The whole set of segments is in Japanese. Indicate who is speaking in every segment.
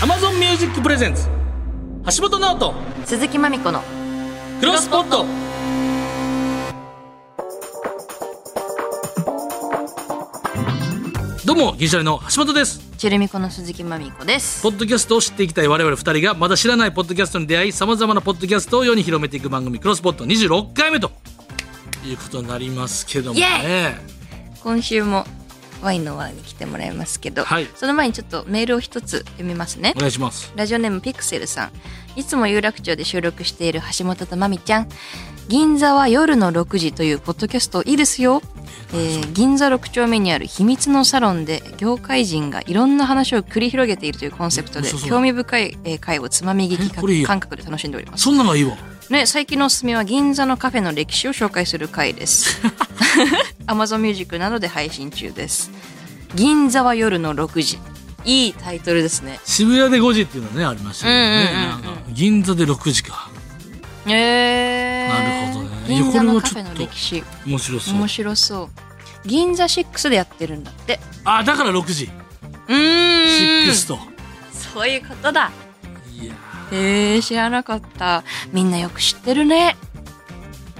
Speaker 1: Amazon Music Presents 橋本直人
Speaker 2: 鈴木まみこの
Speaker 1: クロスポットどうも銀シャリの橋本です
Speaker 2: チェルミコの鈴木まみこです
Speaker 1: ポッドキャストを知っていきたい我々二人がまだ知らないポッドキャストに出会いさまざまなポッドキャストを世に広めていく番組「クロスポット」26回目ということになりますけども
Speaker 2: イ
Speaker 1: ね
Speaker 2: 今週もワインの輪に来てもらいますけど、
Speaker 1: はい
Speaker 2: その前にちょっとメールを一つ読みますね
Speaker 1: お願いします
Speaker 2: ラジオネームピクセルさんいつも有楽町で収録している橋本とまみちゃん銀座は夜の6時というポッドキャストいいですよ、えー銀座6丁目にある秘密のサロンで業界人がいろんな話を繰り広げているというコンセプトで
Speaker 1: そうそう
Speaker 2: 興味深いえー回をつまみ聞
Speaker 1: えこれいい
Speaker 2: き
Speaker 1: や
Speaker 2: 感覚で楽しんでおります
Speaker 1: そんなのがいいわ
Speaker 2: ね、最近のおすすめは銀座のカフェの歴史を紹介する回 です。Amazon Music などで配信中です。銀座は夜の6時。いいタイトルですね。
Speaker 1: 渋谷で5時っていうのはねありましたけどね、
Speaker 2: うんうんうんうん
Speaker 1: なんか銀座で6時か
Speaker 2: え
Speaker 1: なる
Speaker 2: ー、
Speaker 1: ほどねいや
Speaker 2: 銀座
Speaker 1: これ
Speaker 2: の
Speaker 1: は
Speaker 2: カ
Speaker 1: ち
Speaker 2: フ
Speaker 1: ょ
Speaker 2: ェ
Speaker 1: っと
Speaker 2: の歴史。
Speaker 1: 面白そう
Speaker 2: 面白そう。銀座6でやってるんだって。
Speaker 1: あだから6時
Speaker 2: うーん。
Speaker 1: 6と
Speaker 2: そういうことだ。
Speaker 1: いや
Speaker 2: へえー、知らなかった。みんなよく知ってるね。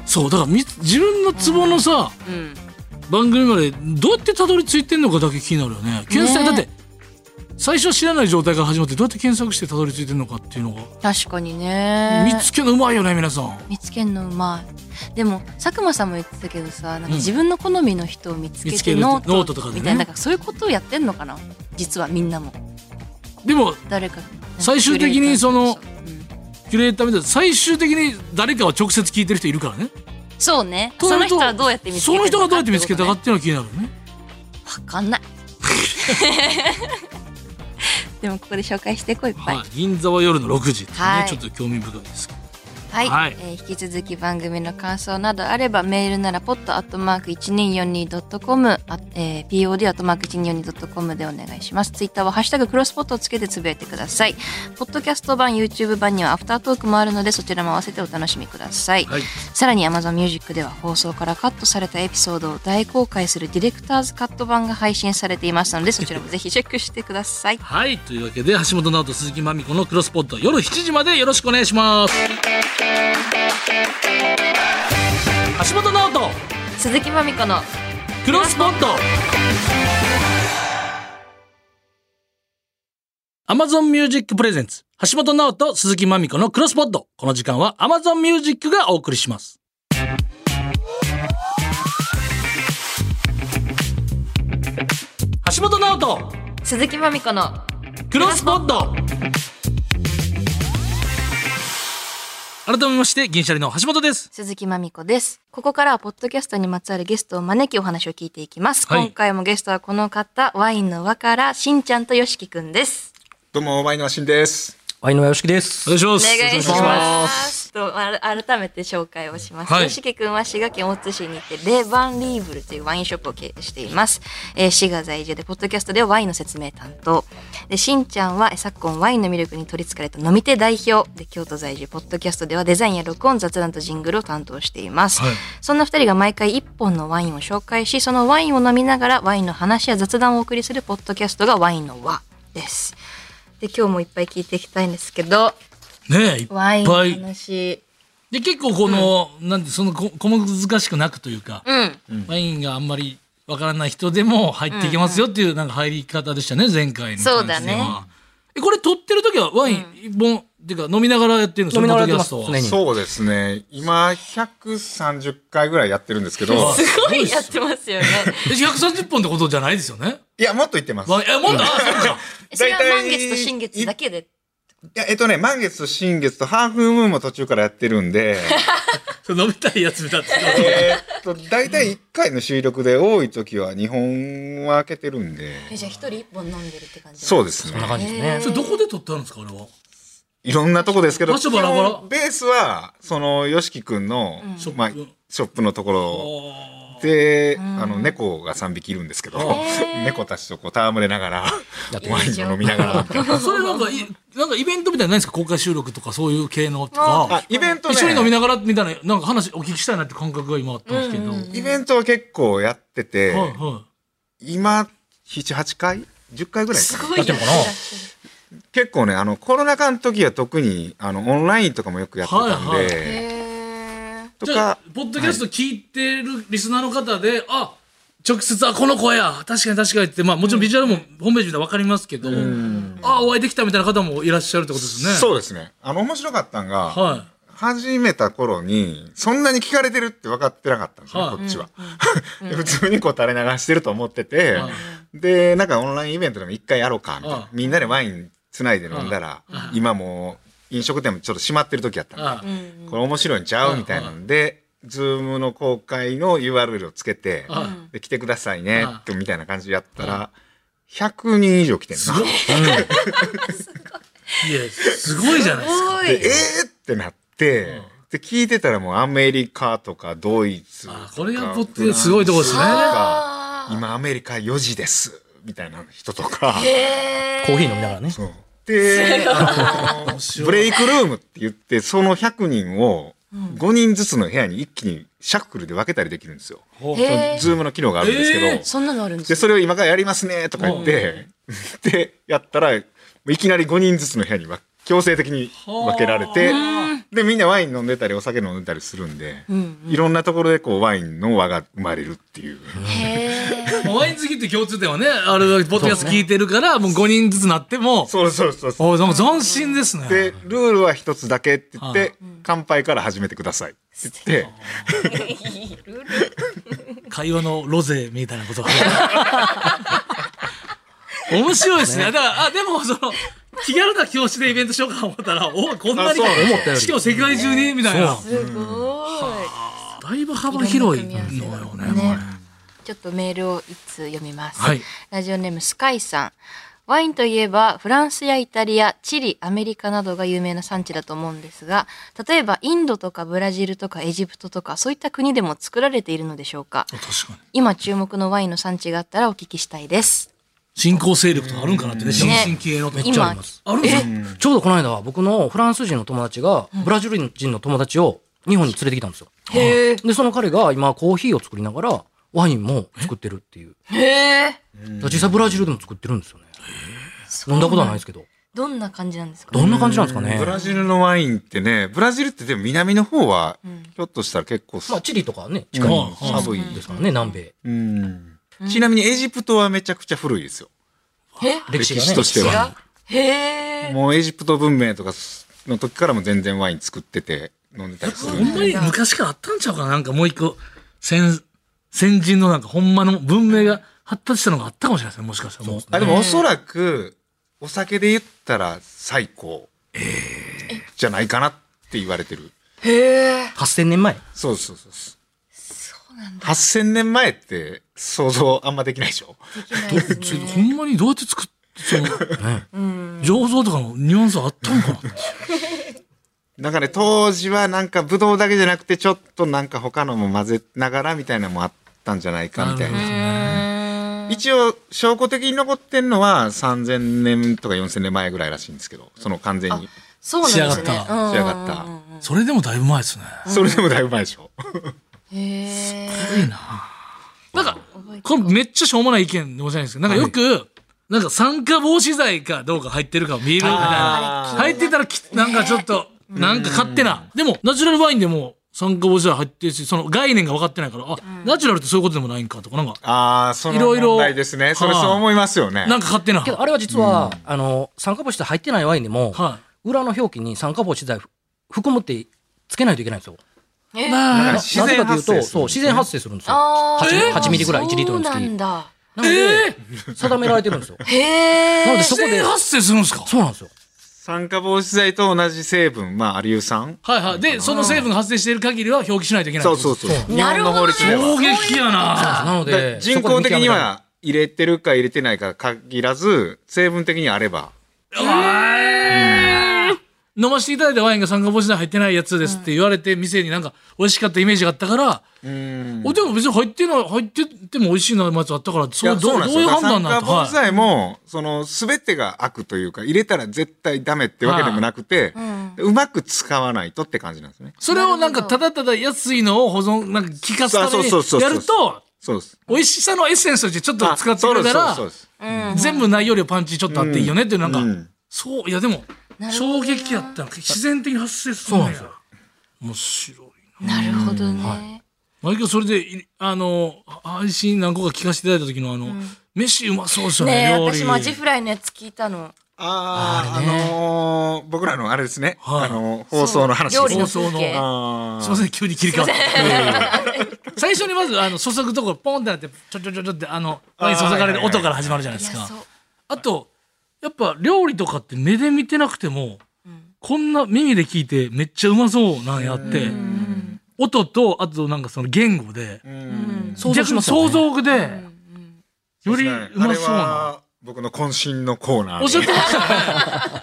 Speaker 1: そうだからみ自分のツボのさ、
Speaker 2: うん。
Speaker 1: 番組までどうやってたどり着いてんのかだけ気になるよね検索、
Speaker 2: ね
Speaker 1: だって最初は知らない状態から始まってどうやって検索してたどり着いてんのかっていうのが、
Speaker 2: 確かにね。
Speaker 1: 見つけるのうまいよね皆さん
Speaker 2: 見つけるのうまいでも佐久間さんも言ってたけどさなん
Speaker 1: うん
Speaker 2: か自分の好みの人を見つけ
Speaker 1: 見つけ
Speaker 2: て
Speaker 1: るって
Speaker 2: ノート,、
Speaker 1: ノートとかでね
Speaker 2: みたいななんかそういうことをやってんのかな実はみんなも
Speaker 1: でも
Speaker 2: 誰か
Speaker 1: 最終的にその
Speaker 2: うん
Speaker 1: キュレーターみたいな最終的に誰かは直接聞いてる人いるからね
Speaker 2: そうね
Speaker 1: と
Speaker 2: そ
Speaker 1: な
Speaker 2: の
Speaker 1: ると
Speaker 2: 人はどうやって見つけ
Speaker 1: そ
Speaker 2: た
Speaker 1: の人がどうやって見つけたか
Speaker 2: わ
Speaker 1: っていうのが気になるよね
Speaker 2: かんない でもここで紹介していこういっぱ
Speaker 1: はいい、銀座は夜の6時ってね、
Speaker 2: はい
Speaker 1: ちょっと興味深いですけど
Speaker 2: はい、
Speaker 1: はい
Speaker 2: えー引き続き番組の感想などあればメールならポットアットマーク 1242.com、あえー、POD アットマーク 1242.com でお願いしますツイッターは「ハッシュタグクロスポット」をつけてつぶやいてくださいポッドキャスト版 YouTube 版にはアフタートークもあるのでそちらも合わせてお楽しみください、
Speaker 1: はい
Speaker 2: さらに Amazon Music では放送からカットされたエピソードを大公開するディレクターズカット版が配信されていますのでそちらもぜひチェックしてくだ さい
Speaker 1: はいというわけで橋本直人鈴木まみ子のクロスポット夜7時までよろしくお願いします橋本直人
Speaker 2: 鈴木まみこの
Speaker 1: クロスポット Amazon Music Presents 橋本直人鈴木まみ子のクロスポットこの時間は Amazon Music がお送りします橋本直人
Speaker 2: 鈴木まみこの
Speaker 1: クロスポット改めまして銀シャリの橋本です
Speaker 2: 鈴木まみこです。ここからはポッドキャストにまつわるゲストを招きお話を聞いていきます。
Speaker 1: はい
Speaker 2: 今回もゲストはこの方、ワインの輪からしんちゃんとよしきくんです。
Speaker 3: どうも、ワインのマシンです。
Speaker 4: ワインのよしきです
Speaker 1: お。願いしま
Speaker 2: お
Speaker 1: す
Speaker 2: 願いし
Speaker 1: お願いしま
Speaker 2: ますす。とあら改めて紹介をします。
Speaker 1: はい
Speaker 2: よしきくんは滋賀県大津市にてレバンリーブルというワインショップを経営しています。えー滋賀在住でポッドキャストではワインの説明担当。でしんちゃんはえー昨今ワインの魅力に取りつかれた飲み手代表で京都在住ポッドキャストではデザインや録音雑談とジングルを担当しています。
Speaker 1: はい
Speaker 2: そんな二人が毎回一本のワインを紹介し、そのワインを飲みながらワインの話や雑談をお送りするポッドキャストがワインの輪です。で、今日もいっぱい聞いていきたいんですけど、
Speaker 1: ねえいっ
Speaker 2: ワ
Speaker 1: ぱ
Speaker 2: イ
Speaker 1: い
Speaker 2: ンの話。
Speaker 1: で結構この、なんてそのこ小難しくなくというか、
Speaker 2: うん。
Speaker 1: ワインがあんまりわからない人でも入っていけますよっていうなんか入り方でしたね前回の
Speaker 2: そうだ
Speaker 1: 感じで
Speaker 2: ね
Speaker 1: はえこれ撮ってる時はワイン一本、っていうか飲みながらやってるの
Speaker 4: 飲みながらやってます
Speaker 1: そのポッド
Speaker 4: 常
Speaker 1: キャス
Speaker 4: に。
Speaker 3: そうですね。今、130回ぐらいやってるんですけど、
Speaker 1: トは
Speaker 2: すごいやってますよね。
Speaker 1: トはえ130本ってことじゃないですよね
Speaker 3: いや、もっと言ってます。
Speaker 1: ワインえもっとあそうか
Speaker 2: それは
Speaker 3: 大体
Speaker 2: 満月と新月だけで。
Speaker 3: いや、えっとね、満月と新月とハーフムーンも途中からやってる んで、
Speaker 1: それ飲みたいやつみたいな
Speaker 3: えーっと、大体1回の収録で多い時は2本は開けてるんで、
Speaker 2: えじゃあ一人一本飲んでるって感じ
Speaker 3: そう
Speaker 2: で
Speaker 3: です
Speaker 4: こんな
Speaker 3: ね。
Speaker 4: 感じです
Speaker 2: へ
Speaker 4: ね
Speaker 2: ー。
Speaker 1: それどこで撮ってあるんですかあれは。
Speaker 3: いろんなとこですけど、
Speaker 1: 場所バラバラ
Speaker 3: 基本ベースは、その、よしきくんの、
Speaker 1: うん
Speaker 3: まあ、
Speaker 1: ショップ
Speaker 3: ショップのところで、あの、猫が3匹いるんですけど、
Speaker 2: へー
Speaker 3: 猫たちとこう、戯れながら、
Speaker 2: て
Speaker 3: ワインを飲みながら、
Speaker 1: それなんかいなんかイベントみたいなのないんですか公開収録とかそういう系のと
Speaker 3: あ
Speaker 1: か。
Speaker 3: イベントね
Speaker 1: 一緒に飲みながらみたいななんか話お聞きしたいなって感覚が今あったんですけど。はい
Speaker 3: イベントは結構やってて、
Speaker 1: は
Speaker 3: 今78回10回ぐらい
Speaker 2: す
Speaker 3: かな
Speaker 2: ごいやってる
Speaker 4: やってるか
Speaker 3: 結構ねあのコロナ禍の時は特にあのオンラインとかもよくやってたんで、
Speaker 1: はいは
Speaker 2: へー
Speaker 3: と
Speaker 1: じゃあ
Speaker 3: か
Speaker 1: ポッドキャスト聞いてるリスナーの方で、あ直接あこの子や確かに確かにって、まあ、もちろんビジュアルもホームページで分かりますけど、あお会いできたみたいな方もいらっしゃるってことですね。
Speaker 3: そうですねあの面白かったんが、
Speaker 1: は
Speaker 3: 始めた頃にそんなに聞かれてるって分かってなかったんですね、
Speaker 1: はい
Speaker 3: こっちは、で 普通にこう垂れ流してると思ってて、
Speaker 1: はい
Speaker 3: でなんかオンラインイベントでも一回やろうかみたいな、
Speaker 1: はい
Speaker 3: みんなでワインつないで飲んだら、今もう飲食店もちょっと閉まってる時やったん
Speaker 1: い。
Speaker 3: で、
Speaker 1: あ
Speaker 3: これ面白いんちゃう、みたいなんで、ズームの公開の URL をつけて、
Speaker 1: あ
Speaker 3: で来てくださいね、
Speaker 1: は
Speaker 3: みたいな感じでやったら、100人以上来てん
Speaker 1: す
Speaker 3: な
Speaker 1: ご い。いやすごいじゃないですか。
Speaker 2: ご
Speaker 3: で
Speaker 2: い。
Speaker 3: えーってなって、で聞いてたらもうアメリカとかドイツとか
Speaker 1: あこれがポッドすごいとこですね
Speaker 3: フランス
Speaker 2: あ
Speaker 3: とか今アメリカ4時ですみたいな人とか、
Speaker 2: へ
Speaker 1: コーヒー飲みながらね。
Speaker 3: そうであの
Speaker 1: 白い
Speaker 3: ブレイクルームって言ってその100人を5人ずつの部屋に一気にシャッフルで分けたりできるんですよ。
Speaker 1: ほう
Speaker 2: へー
Speaker 3: ズームの機能があるんですけど、
Speaker 1: えー
Speaker 2: そんなのあるんです
Speaker 3: で
Speaker 2: か
Speaker 3: それを今からやりますねとか言って、 でやったらいきなり5人ずつの部屋にわ強制的に分けられて
Speaker 1: は
Speaker 3: でみんなワイン飲んでたりお酒飲んでたりするんで、
Speaker 2: うん
Speaker 3: いろんなところでこうワインの輪が生まれるっていう。
Speaker 2: へー
Speaker 1: ワイン好きって共通点はね、あれ、ポッドキャスト聞いてるから、もう5人ずつなっても、
Speaker 3: そうそうそうそう
Speaker 1: おなんか斬新ですね。
Speaker 3: でルールは一つだけって言っ
Speaker 1: はい
Speaker 3: て乾杯から始めてくださいって言って
Speaker 1: 会話のロゼみたいな ことが面白いですね。だから、あ、でも、その、気軽な教師でイベントしようかと思ったら、おこんなに
Speaker 3: あそう思
Speaker 4: ったより
Speaker 1: しかも世界中に、みたいな。
Speaker 2: すごい。
Speaker 1: だいぶ幅広いのよね。
Speaker 2: ね、ちょっとメールを一通読みます、
Speaker 1: はい
Speaker 2: ラジオネームスカイさんワインといえばフランスやイタリアチリアメリカなどが有名な産地だと思うんですが例えばインドとかブラジルとかエジプトとかそういった国でも作られているのでしょうか
Speaker 1: あ確かに。
Speaker 2: 今注目のワインの産地があったらお聞きしたいです
Speaker 1: 新興勢力とかあるんかなってね、新進気鋭のと
Speaker 2: ね
Speaker 1: めっちゃあります。あるんですか
Speaker 4: ちょうどこの間、僕のフランス人の友達が、ブラジル人の友達を日本に連れてきたんですよ。
Speaker 2: へえ
Speaker 4: で、その彼が今、コーヒーを作りながら、ワインも作ってるっていう。
Speaker 2: へえ
Speaker 4: だから実際ブラジルでも作ってるんですよね。飲んだことはないですけど。
Speaker 2: どんな感じなんですか
Speaker 4: どんな感じなんですかね
Speaker 3: ブ。ラジルのワインってねブラジルってでも南の方は
Speaker 2: ん
Speaker 3: ひょっとしたら結構す
Speaker 4: まあ、チリとかね、
Speaker 3: うん
Speaker 4: 近い
Speaker 3: 寒い
Speaker 4: ですからね、南米。
Speaker 3: うんちなみにエジプトはめちゃくちゃ古いですよ
Speaker 2: え
Speaker 4: 歴史がね。
Speaker 3: 歴史としては
Speaker 2: がへえ
Speaker 3: もうエジプト文明とかの時からも全然ワイン作ってて飲んでたりす
Speaker 1: ほ
Speaker 3: る
Speaker 1: んまに昔からあったんちゃうかななんかもう一個、先、先人のなんかほんまの文明が発達したのがあったかもしれないですね、もしかしたらもう。
Speaker 3: あでもおそらくお酒で言ったら最高じゃないかなって言われてる
Speaker 2: へえ
Speaker 4: 8000年前。
Speaker 3: そうそうそうそう
Speaker 2: そうなんだ
Speaker 3: 8000年前って想像あんまできないでしょ
Speaker 2: でき
Speaker 1: ど
Speaker 2: ないです
Speaker 1: ちょ
Speaker 2: ね
Speaker 1: ほんまにどうやって作って、その、醸造とかのニュアンスあったのかなって
Speaker 3: なんかね当時はなんかブドウだけじゃなくてちょっとなんか他のも混ぜながらみたいなのもあったんじゃないかみたいな一応証拠的に残ってんのは3000年とか4000年前ぐらいらしいんですけどその完全に
Speaker 2: そうなんですね
Speaker 1: 仕上がった
Speaker 2: うん
Speaker 3: 仕上がった
Speaker 1: それでもだいぶ前ですね。
Speaker 3: それでもだいぶ前でしょ
Speaker 2: へえ
Speaker 1: いいな。なんか、これめっちゃしょうもない意見で申し訳ないですけど、なんかよく、なんか酸化防止剤かどうか入ってるかを見るみたいな
Speaker 3: あ。ー
Speaker 1: 入ってたらき、なんかちょっと、なんか勝手な。でも、ナチュラルワインでも酸化防止剤入ってるし、その概念が分かってないから、あ、ナチュラルってそういうことでもないんかとか、なんか、
Speaker 3: ああその
Speaker 1: いろいろ
Speaker 3: 問題ですねそれ
Speaker 1: はあ
Speaker 3: そう思いますよね
Speaker 1: なんか勝手な。
Speaker 4: けど、あれは実は、あの、酸化防止剤入ってないワインでも、
Speaker 1: は
Speaker 4: 裏の表記に酸化防止剤含むってつけないといけないんですよ。
Speaker 2: え
Speaker 1: まあ
Speaker 3: なんか
Speaker 4: な
Speaker 3: 自
Speaker 4: ぜ
Speaker 3: 然
Speaker 4: かという
Speaker 3: 発生
Speaker 4: と、
Speaker 3: する
Speaker 4: そう、
Speaker 3: んです
Speaker 4: 自
Speaker 3: ね
Speaker 4: 然発生するんですよ。
Speaker 2: あー
Speaker 4: 8 8ミリぐらい1リットルにつき
Speaker 2: そうなんだ
Speaker 4: なので、定められてるんですよ。
Speaker 2: へ
Speaker 4: なの
Speaker 2: え
Speaker 4: でそこ
Speaker 1: 自
Speaker 4: で
Speaker 1: 然、発生するんですか
Speaker 4: そうなんですよ。
Speaker 3: 酸化防止剤と同じ成分まあアリウ酸
Speaker 1: はいはい。で、その成分が発生している限りは表記しないといけない。
Speaker 3: そうそうそう
Speaker 4: そう
Speaker 3: 日本の法律では
Speaker 1: 衝撃やな。
Speaker 4: なので、
Speaker 3: 人
Speaker 4: そこ
Speaker 3: 工的
Speaker 4: で見極め
Speaker 3: に
Speaker 4: たら
Speaker 3: は入れてるか入れてないか限らず成分的にあれば
Speaker 1: 飲ませていただいたワインが酸化防止剤入ってないやつですって言われて、店になんか美味しかったイメージがあったから、おでも別に入ってない、入ってても美味しいなやつあったから、そ
Speaker 3: い
Speaker 1: れ
Speaker 3: や
Speaker 1: ど
Speaker 3: そう
Speaker 1: う
Speaker 3: なん
Speaker 1: どう
Speaker 3: です
Speaker 1: いう
Speaker 3: よ。
Speaker 1: 判断
Speaker 3: 酸
Speaker 1: な
Speaker 3: 化
Speaker 1: んだと。
Speaker 3: 防止
Speaker 1: はい
Speaker 3: 剤も、その、すべてが悪というか、入れたら絶対ダメってわけでもなくて、うまく使わないとって感じなんですね。
Speaker 1: それをなんかただただ安いのを保存、なんか効かすため
Speaker 3: そうそうそうそうそう
Speaker 1: にやると、
Speaker 3: そうです。
Speaker 1: 美味しさのエッセンスとしてちょっと使ってくれた
Speaker 3: あ
Speaker 1: ら
Speaker 3: そうですそうですそうです
Speaker 1: 全部ないよりはパンチちょっとあっていいよねっていうなんか、
Speaker 3: うん
Speaker 1: そう、いやでも
Speaker 2: な、るほ
Speaker 1: 衝
Speaker 2: どな
Speaker 1: 撃やったの。自然的に発生する
Speaker 4: そうなん
Speaker 1: や
Speaker 4: んですよ。
Speaker 1: 面白いな。
Speaker 2: なるほどね。
Speaker 1: 毎回それで、いあの、配信何個か聞かせていただいた時の、あの、飯うまそうですよ
Speaker 2: ね
Speaker 1: ね、
Speaker 2: え、
Speaker 1: 料理。
Speaker 2: 私もアジフライのやつ聞いたの。
Speaker 3: ああ、あのー、僕らのあれですね。
Speaker 1: はい
Speaker 3: あのー、放送の話です
Speaker 2: 料
Speaker 3: ね。
Speaker 2: 理の風景。
Speaker 3: あ
Speaker 1: すい
Speaker 3: ー
Speaker 1: ません、急に切り替わって。 最初にまず、あの、注ぐところ、ポンってなって、ちょちょちょちょって、あの、
Speaker 3: あー
Speaker 1: 注がれる
Speaker 3: はいはいはい
Speaker 1: 音から始まるじゃない
Speaker 2: い
Speaker 1: で
Speaker 2: や、
Speaker 1: すか
Speaker 2: そ。う。
Speaker 1: あと、やっぱ料理とかって目で見てなくても、こんな耳で聞いてめっちゃうまそうなんやって、
Speaker 2: うん。
Speaker 1: 音と、あとなんかその言語で、
Speaker 3: うん。
Speaker 4: 想像しますよね
Speaker 1: 逆に想像で、よりうまそうな。
Speaker 3: あれは僕の渾身のコーナーで。
Speaker 1: おっしゃってましたね。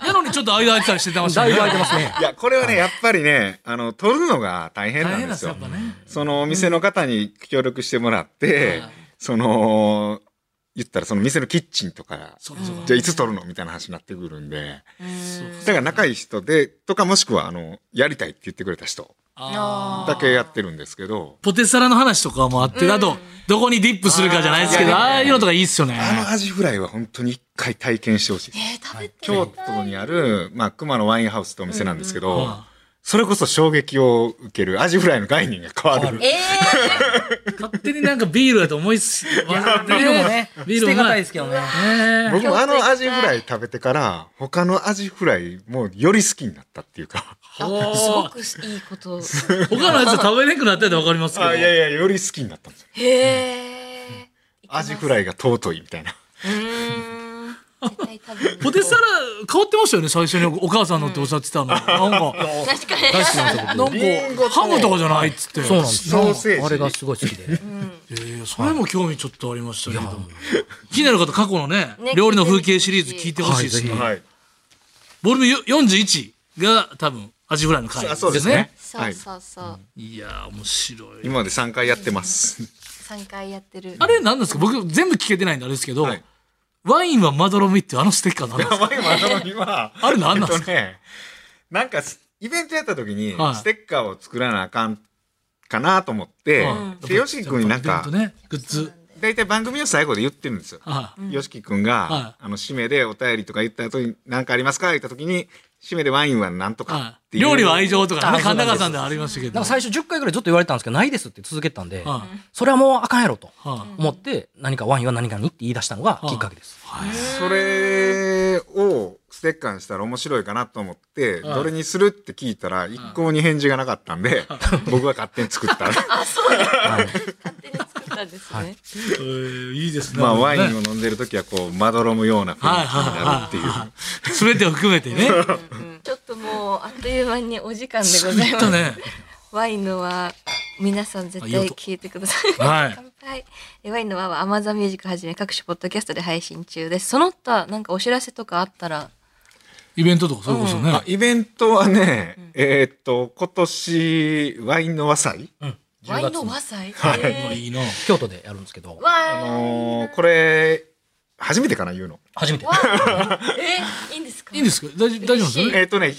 Speaker 1: なのにちょっと間空いてたりしてました
Speaker 4: だい
Speaker 1: ね。
Speaker 4: ぶ空いてますね。
Speaker 3: いや、これはね、やっぱりね、あの、撮るのが大変
Speaker 1: 大
Speaker 3: な
Speaker 1: 変なん
Speaker 3: ん
Speaker 1: で
Speaker 3: ですす
Speaker 1: よ、や
Speaker 3: よ
Speaker 1: っ。ぱね。
Speaker 3: そのお店の方に協力してもらって、
Speaker 1: はい
Speaker 3: その、言ったらその店のキッチンとか、
Speaker 1: そうかそうか
Speaker 3: じゃあいつ撮るのみたいな話になってくるんで、
Speaker 2: うん
Speaker 3: だから仲いい人で、とかもしくは、あの、やりたいって言ってくれた人
Speaker 1: あー
Speaker 3: だけやってるんですけど、
Speaker 1: ポテサラの話とかもあって、あと、どこにディップするかじゃないですけど、
Speaker 3: あー
Speaker 1: ああいうのとかいいっすよね。
Speaker 3: あのアジフライは本当に一回体験してほしいです。
Speaker 2: えー、食べて
Speaker 3: 京都にある、まあ、熊野ワインハウスってお店なんですけど、
Speaker 1: うん
Speaker 3: それこそ衝撃を受けるアジフライの概念が変わる。
Speaker 2: え
Speaker 1: 勝手になんかビールだと思いつつ、
Speaker 4: ビールもね、
Speaker 1: ビール
Speaker 4: 捨て
Speaker 1: も
Speaker 4: が
Speaker 1: な
Speaker 4: たい
Speaker 1: い
Speaker 4: ですけどね。
Speaker 1: ね
Speaker 3: 僕もあ
Speaker 2: 京都行き
Speaker 3: の
Speaker 2: たい
Speaker 3: アジフライ食べてから、他のアジフライもより好きになったっていうか。
Speaker 2: ー、あすごくいいこと。
Speaker 1: 他のやつ食べれなくなったらわかりますけど。
Speaker 3: あいやいや、より好きになったんですよ。
Speaker 2: へえ。
Speaker 3: アジフライが尊いみたいな。
Speaker 2: うーん。絶対食べる。
Speaker 1: ポテサラ変わってましたよね、最初にお母さんのっておっしゃってたの。なんか、
Speaker 2: 確かに。
Speaker 1: なんか、ハムとかじゃないっつって。
Speaker 4: そうなんですよ
Speaker 3: ソーセージ
Speaker 4: あれがすごい好きで。
Speaker 1: えーそれも興味ちょっとありましたけども。気になる方、過去のね
Speaker 2: ね、
Speaker 1: 料理の風景シリーズ聞いてほしいですね。
Speaker 3: はい。
Speaker 1: ボリューム41が多分、アジフライの回
Speaker 3: あそうで
Speaker 1: ですすね
Speaker 3: ね。。
Speaker 2: そうそうそう。
Speaker 1: いやー、面白い。
Speaker 3: 今まで3回やってます。
Speaker 2: 三回やってる。
Speaker 1: あれなんですか僕、全部聞けてないんであれですけど
Speaker 3: はい、
Speaker 1: ワインはまどろみっていうあのステッカーなんですか
Speaker 3: 前のには。
Speaker 1: あれ何なんですか
Speaker 3: えっとね、なんかす、イベントやった時に
Speaker 1: はい、
Speaker 3: ステッカーを作らなあかんかなと思って、で、ヨシキ君になん
Speaker 1: ち
Speaker 3: か
Speaker 1: ょっと、ね、グッズ。
Speaker 3: 大体番組の最後で言ってるんですよ。
Speaker 1: あ
Speaker 3: よしきくんが、
Speaker 1: は
Speaker 3: あの、締めでお便りとか言った後に、何かありますか言った時に、締めでワインはなんとか
Speaker 1: あ
Speaker 3: っていう。
Speaker 1: 料理は愛情とかね、
Speaker 4: あそう
Speaker 1: 神
Speaker 4: なんです
Speaker 1: 高さんではありましたけど。
Speaker 4: なんか最初10回ぐらいずっと言われてたんですけど、ないですって続けてたんで、
Speaker 1: は
Speaker 4: それはもうあかんやろと
Speaker 1: は
Speaker 4: 思って、何かワインは何々って言い出したのがきっかけです。
Speaker 3: それをステッカーにしたら面白いかなと思って、
Speaker 1: はい
Speaker 3: どれにするって聞いたら、一向に返事がなかったんで、僕が勝手に作った。
Speaker 2: 勝手に作ったんです
Speaker 1: え
Speaker 2: ね。
Speaker 1: ーいいですね。
Speaker 3: まあ、ワイン
Speaker 1: を。
Speaker 3: を飲んでる時は、こう、まどろむような雰囲気になるっていう。
Speaker 1: すべてを含めてね。ちょ
Speaker 2: うんちょっともうあっという間にお時間でございま
Speaker 1: っ
Speaker 2: す
Speaker 1: と。ね。
Speaker 2: ワインの輪、皆さん絶対聞いてください。
Speaker 1: はい
Speaker 2: 乾杯。えワインの輪はアマゾンミュージックはじめ各種ポッドキャストで配信中です。その他、なんかお知らせとかあったら、
Speaker 1: イベントとかそれこそね。
Speaker 3: あイベントはね、えーっと、今年、ワインの和祭、
Speaker 2: ワインの和祭
Speaker 3: はい
Speaker 1: まあ
Speaker 2: え
Speaker 1: いいな。
Speaker 4: 京都でやるんですけど
Speaker 2: ー、わ
Speaker 3: あ
Speaker 2: ー
Speaker 3: のーこれ、初めてかな、言うの。
Speaker 4: 初めて。
Speaker 2: え、いいんですか
Speaker 1: いいんですか大丈夫大丈夫ですよね。
Speaker 3: えっ、とね、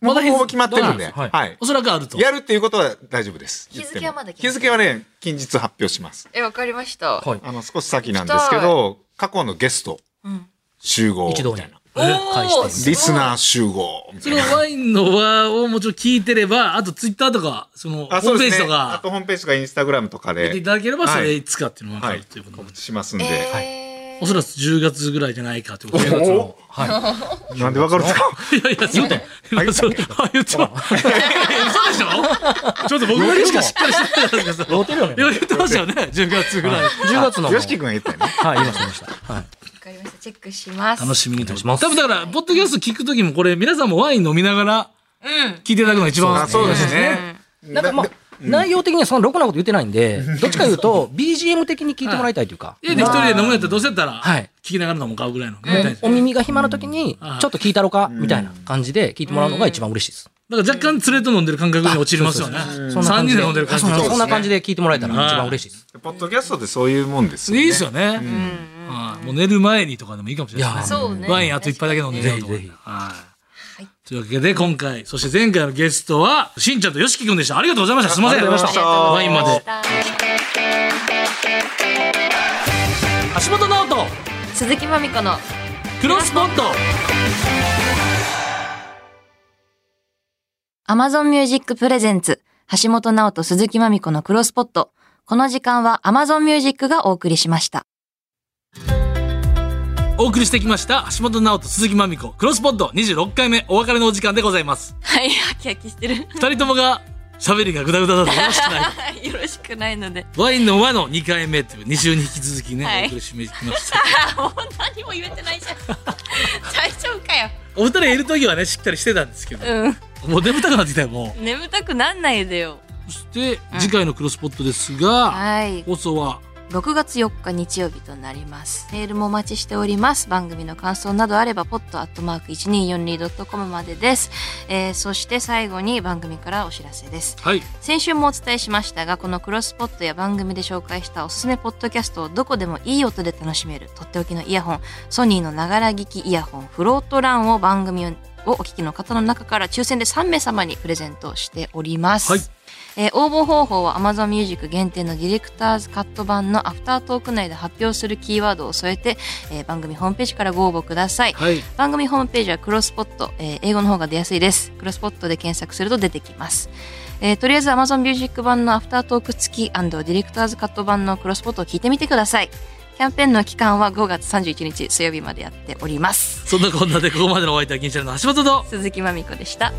Speaker 1: ま
Speaker 3: ま
Speaker 1: だ
Speaker 3: だ
Speaker 1: 変
Speaker 3: ほぼ決まってるんで、
Speaker 4: はい
Speaker 3: はい。
Speaker 1: おそらくあると。
Speaker 3: やるっていうことは大丈夫です。
Speaker 2: 日付はまだ決まって
Speaker 3: 日付はね、近日発表します。
Speaker 2: え、わかりました。
Speaker 4: はい。
Speaker 3: あの、少し先なんですけど、過去のゲスト
Speaker 2: うん
Speaker 3: 集合みた
Speaker 4: 一
Speaker 3: い
Speaker 4: 堂に
Speaker 3: な。
Speaker 2: おー
Speaker 4: 返してます
Speaker 3: リスナー集合み
Speaker 1: そ
Speaker 3: たい
Speaker 1: の
Speaker 3: な。
Speaker 1: ワインの輪をもちろん聞いてれば、あとツイッターとか、そのホ
Speaker 3: あ
Speaker 1: ー
Speaker 3: そう
Speaker 1: ム
Speaker 3: で
Speaker 1: ペー
Speaker 3: す
Speaker 1: ジ
Speaker 3: ね
Speaker 1: と
Speaker 3: あ
Speaker 1: か
Speaker 3: とホームページとかインスタグラムとか
Speaker 1: 見てい
Speaker 3: で、
Speaker 1: ただければ、そ
Speaker 3: は
Speaker 1: れ
Speaker 3: い
Speaker 1: いつかっていうのが分かるということなん
Speaker 3: 告
Speaker 1: で
Speaker 3: 知しますんで。
Speaker 2: え
Speaker 1: おそらく10月ぐらいじゃないかということで。
Speaker 4: 10月の、は
Speaker 3: なんでわかるんですか
Speaker 1: いやいや、言うたよ。言うたよ。言うたわ。嘘でしょちょっと僕だけしかしっかりしてないじゃないですか。
Speaker 4: い。ローテルよね
Speaker 1: い。や、言ってましたよね。10月ぐらい。
Speaker 4: 10月 の。
Speaker 3: よしきくんが言ったよね。
Speaker 4: はい、言いました、言いました。は
Speaker 2: ー、わか
Speaker 4: い。
Speaker 2: りました。チェックします。
Speaker 1: 楽しみにと
Speaker 4: お願いします
Speaker 1: 多分だから、ポッドキャスト聞くときもこれ、皆さんもワイン飲みながら、聞いていただくのが一番。
Speaker 3: あそうですね。
Speaker 4: なんかまあ、内容的にはそんなろくなこと言ってないんで、どっちか言うと、BGM 的に聞いてもらいたいというか、
Speaker 1: 家で一人で飲むんやったらどうせやったら、
Speaker 4: はい
Speaker 1: 聞きながら飲むかぐらいの。みたいなだか
Speaker 4: お耳が暇な時に、ちょっと聞いたろか、みたいな感じで聞いてもらうのが一番嬉しいです。
Speaker 1: ら若干連れと飲んでる感覚に陥りますよね。
Speaker 4: そんな
Speaker 1: 3
Speaker 4: 感じ
Speaker 1: 人で飲んでる感
Speaker 4: そうなんです
Speaker 1: 覚。
Speaker 4: そんな感じで聞いてもらえたら一番嬉しいです。
Speaker 3: ポッドキャストってそういうもんです
Speaker 1: い
Speaker 3: よ
Speaker 1: い
Speaker 3: ね。
Speaker 1: ですよね。はいもう寝る前にとかでもいいかもしれないですね。
Speaker 2: いやそうね
Speaker 1: ワインあと一杯だけ飲んで
Speaker 4: ぜ
Speaker 1: よ
Speaker 4: ひ
Speaker 1: とか
Speaker 4: ぜひ。
Speaker 1: はい。というわけで今回、そして前回のゲストは、しんちゃんとよしきくんでした。ありがとうございました。すみません。
Speaker 3: ありがとうございました
Speaker 1: ワインまで。橋本直人、
Speaker 2: 鈴木まみこの
Speaker 1: クロスポット。
Speaker 2: 「 Amazon Music Presents 橋本直人鈴木まみ子のクロスポット。この時間は Amazon Music がお送りしました。
Speaker 1: お送りしてきました橋本直人鈴木まみ子クロスポッド26回目お別れのお時間でございます
Speaker 2: はい、ハキハキしてる。よ
Speaker 1: 二人ともが喋りがグダグダだ とよろしくない
Speaker 2: ろしくないので。
Speaker 1: ワインの輪の2回目という2週に引き続きね、
Speaker 2: はい
Speaker 1: お送りしてきました
Speaker 2: もう何も言えてないじ ゃん。大丈夫かよ。
Speaker 1: お二人いる時はねしっかりしてたんですけど
Speaker 2: うん。
Speaker 1: もう眠たくなってきたよも
Speaker 2: 眠たくなんないでよ。
Speaker 1: うそして次回のクロスポットですが、
Speaker 2: はい。
Speaker 1: 放送は
Speaker 2: 6月4日日曜日となります。メールもお待ちしております。番組の感想などあれば、ポットアットマーク 1242.com までです。えー、そして最後に番組からお知らせです。
Speaker 1: はい
Speaker 2: 先週もお伝えしましたがこのクロスポットや番組で紹介したおすすめポッドキャストをどこでもいい音で楽しめるとっておきのイヤホンソニーのながら聞きイヤホンフロートランを番組をお聞きの方の中から抽選で3名様にプレゼントしております、
Speaker 1: はい
Speaker 2: えー応募方法は Amazon Music 限定のディレクターズカット版のアフタートーク内で発表するキーワードを添えて、えー番組ホームページからご応募ください
Speaker 1: はい
Speaker 2: 番組ホームページはクロスポット、えー英語の方が出やすいですクロスポットで検索すると出てきます、えーとりあえず Amazon Music 版のアフタートーク付きディレクターズカット版のクロスポットを聞いてみてくださいキャンペーンの期間は5月31日水曜日までやっております
Speaker 1: そんなこんなでここまでのお相手は銀シャリの橋本と
Speaker 2: 鈴木まみこでした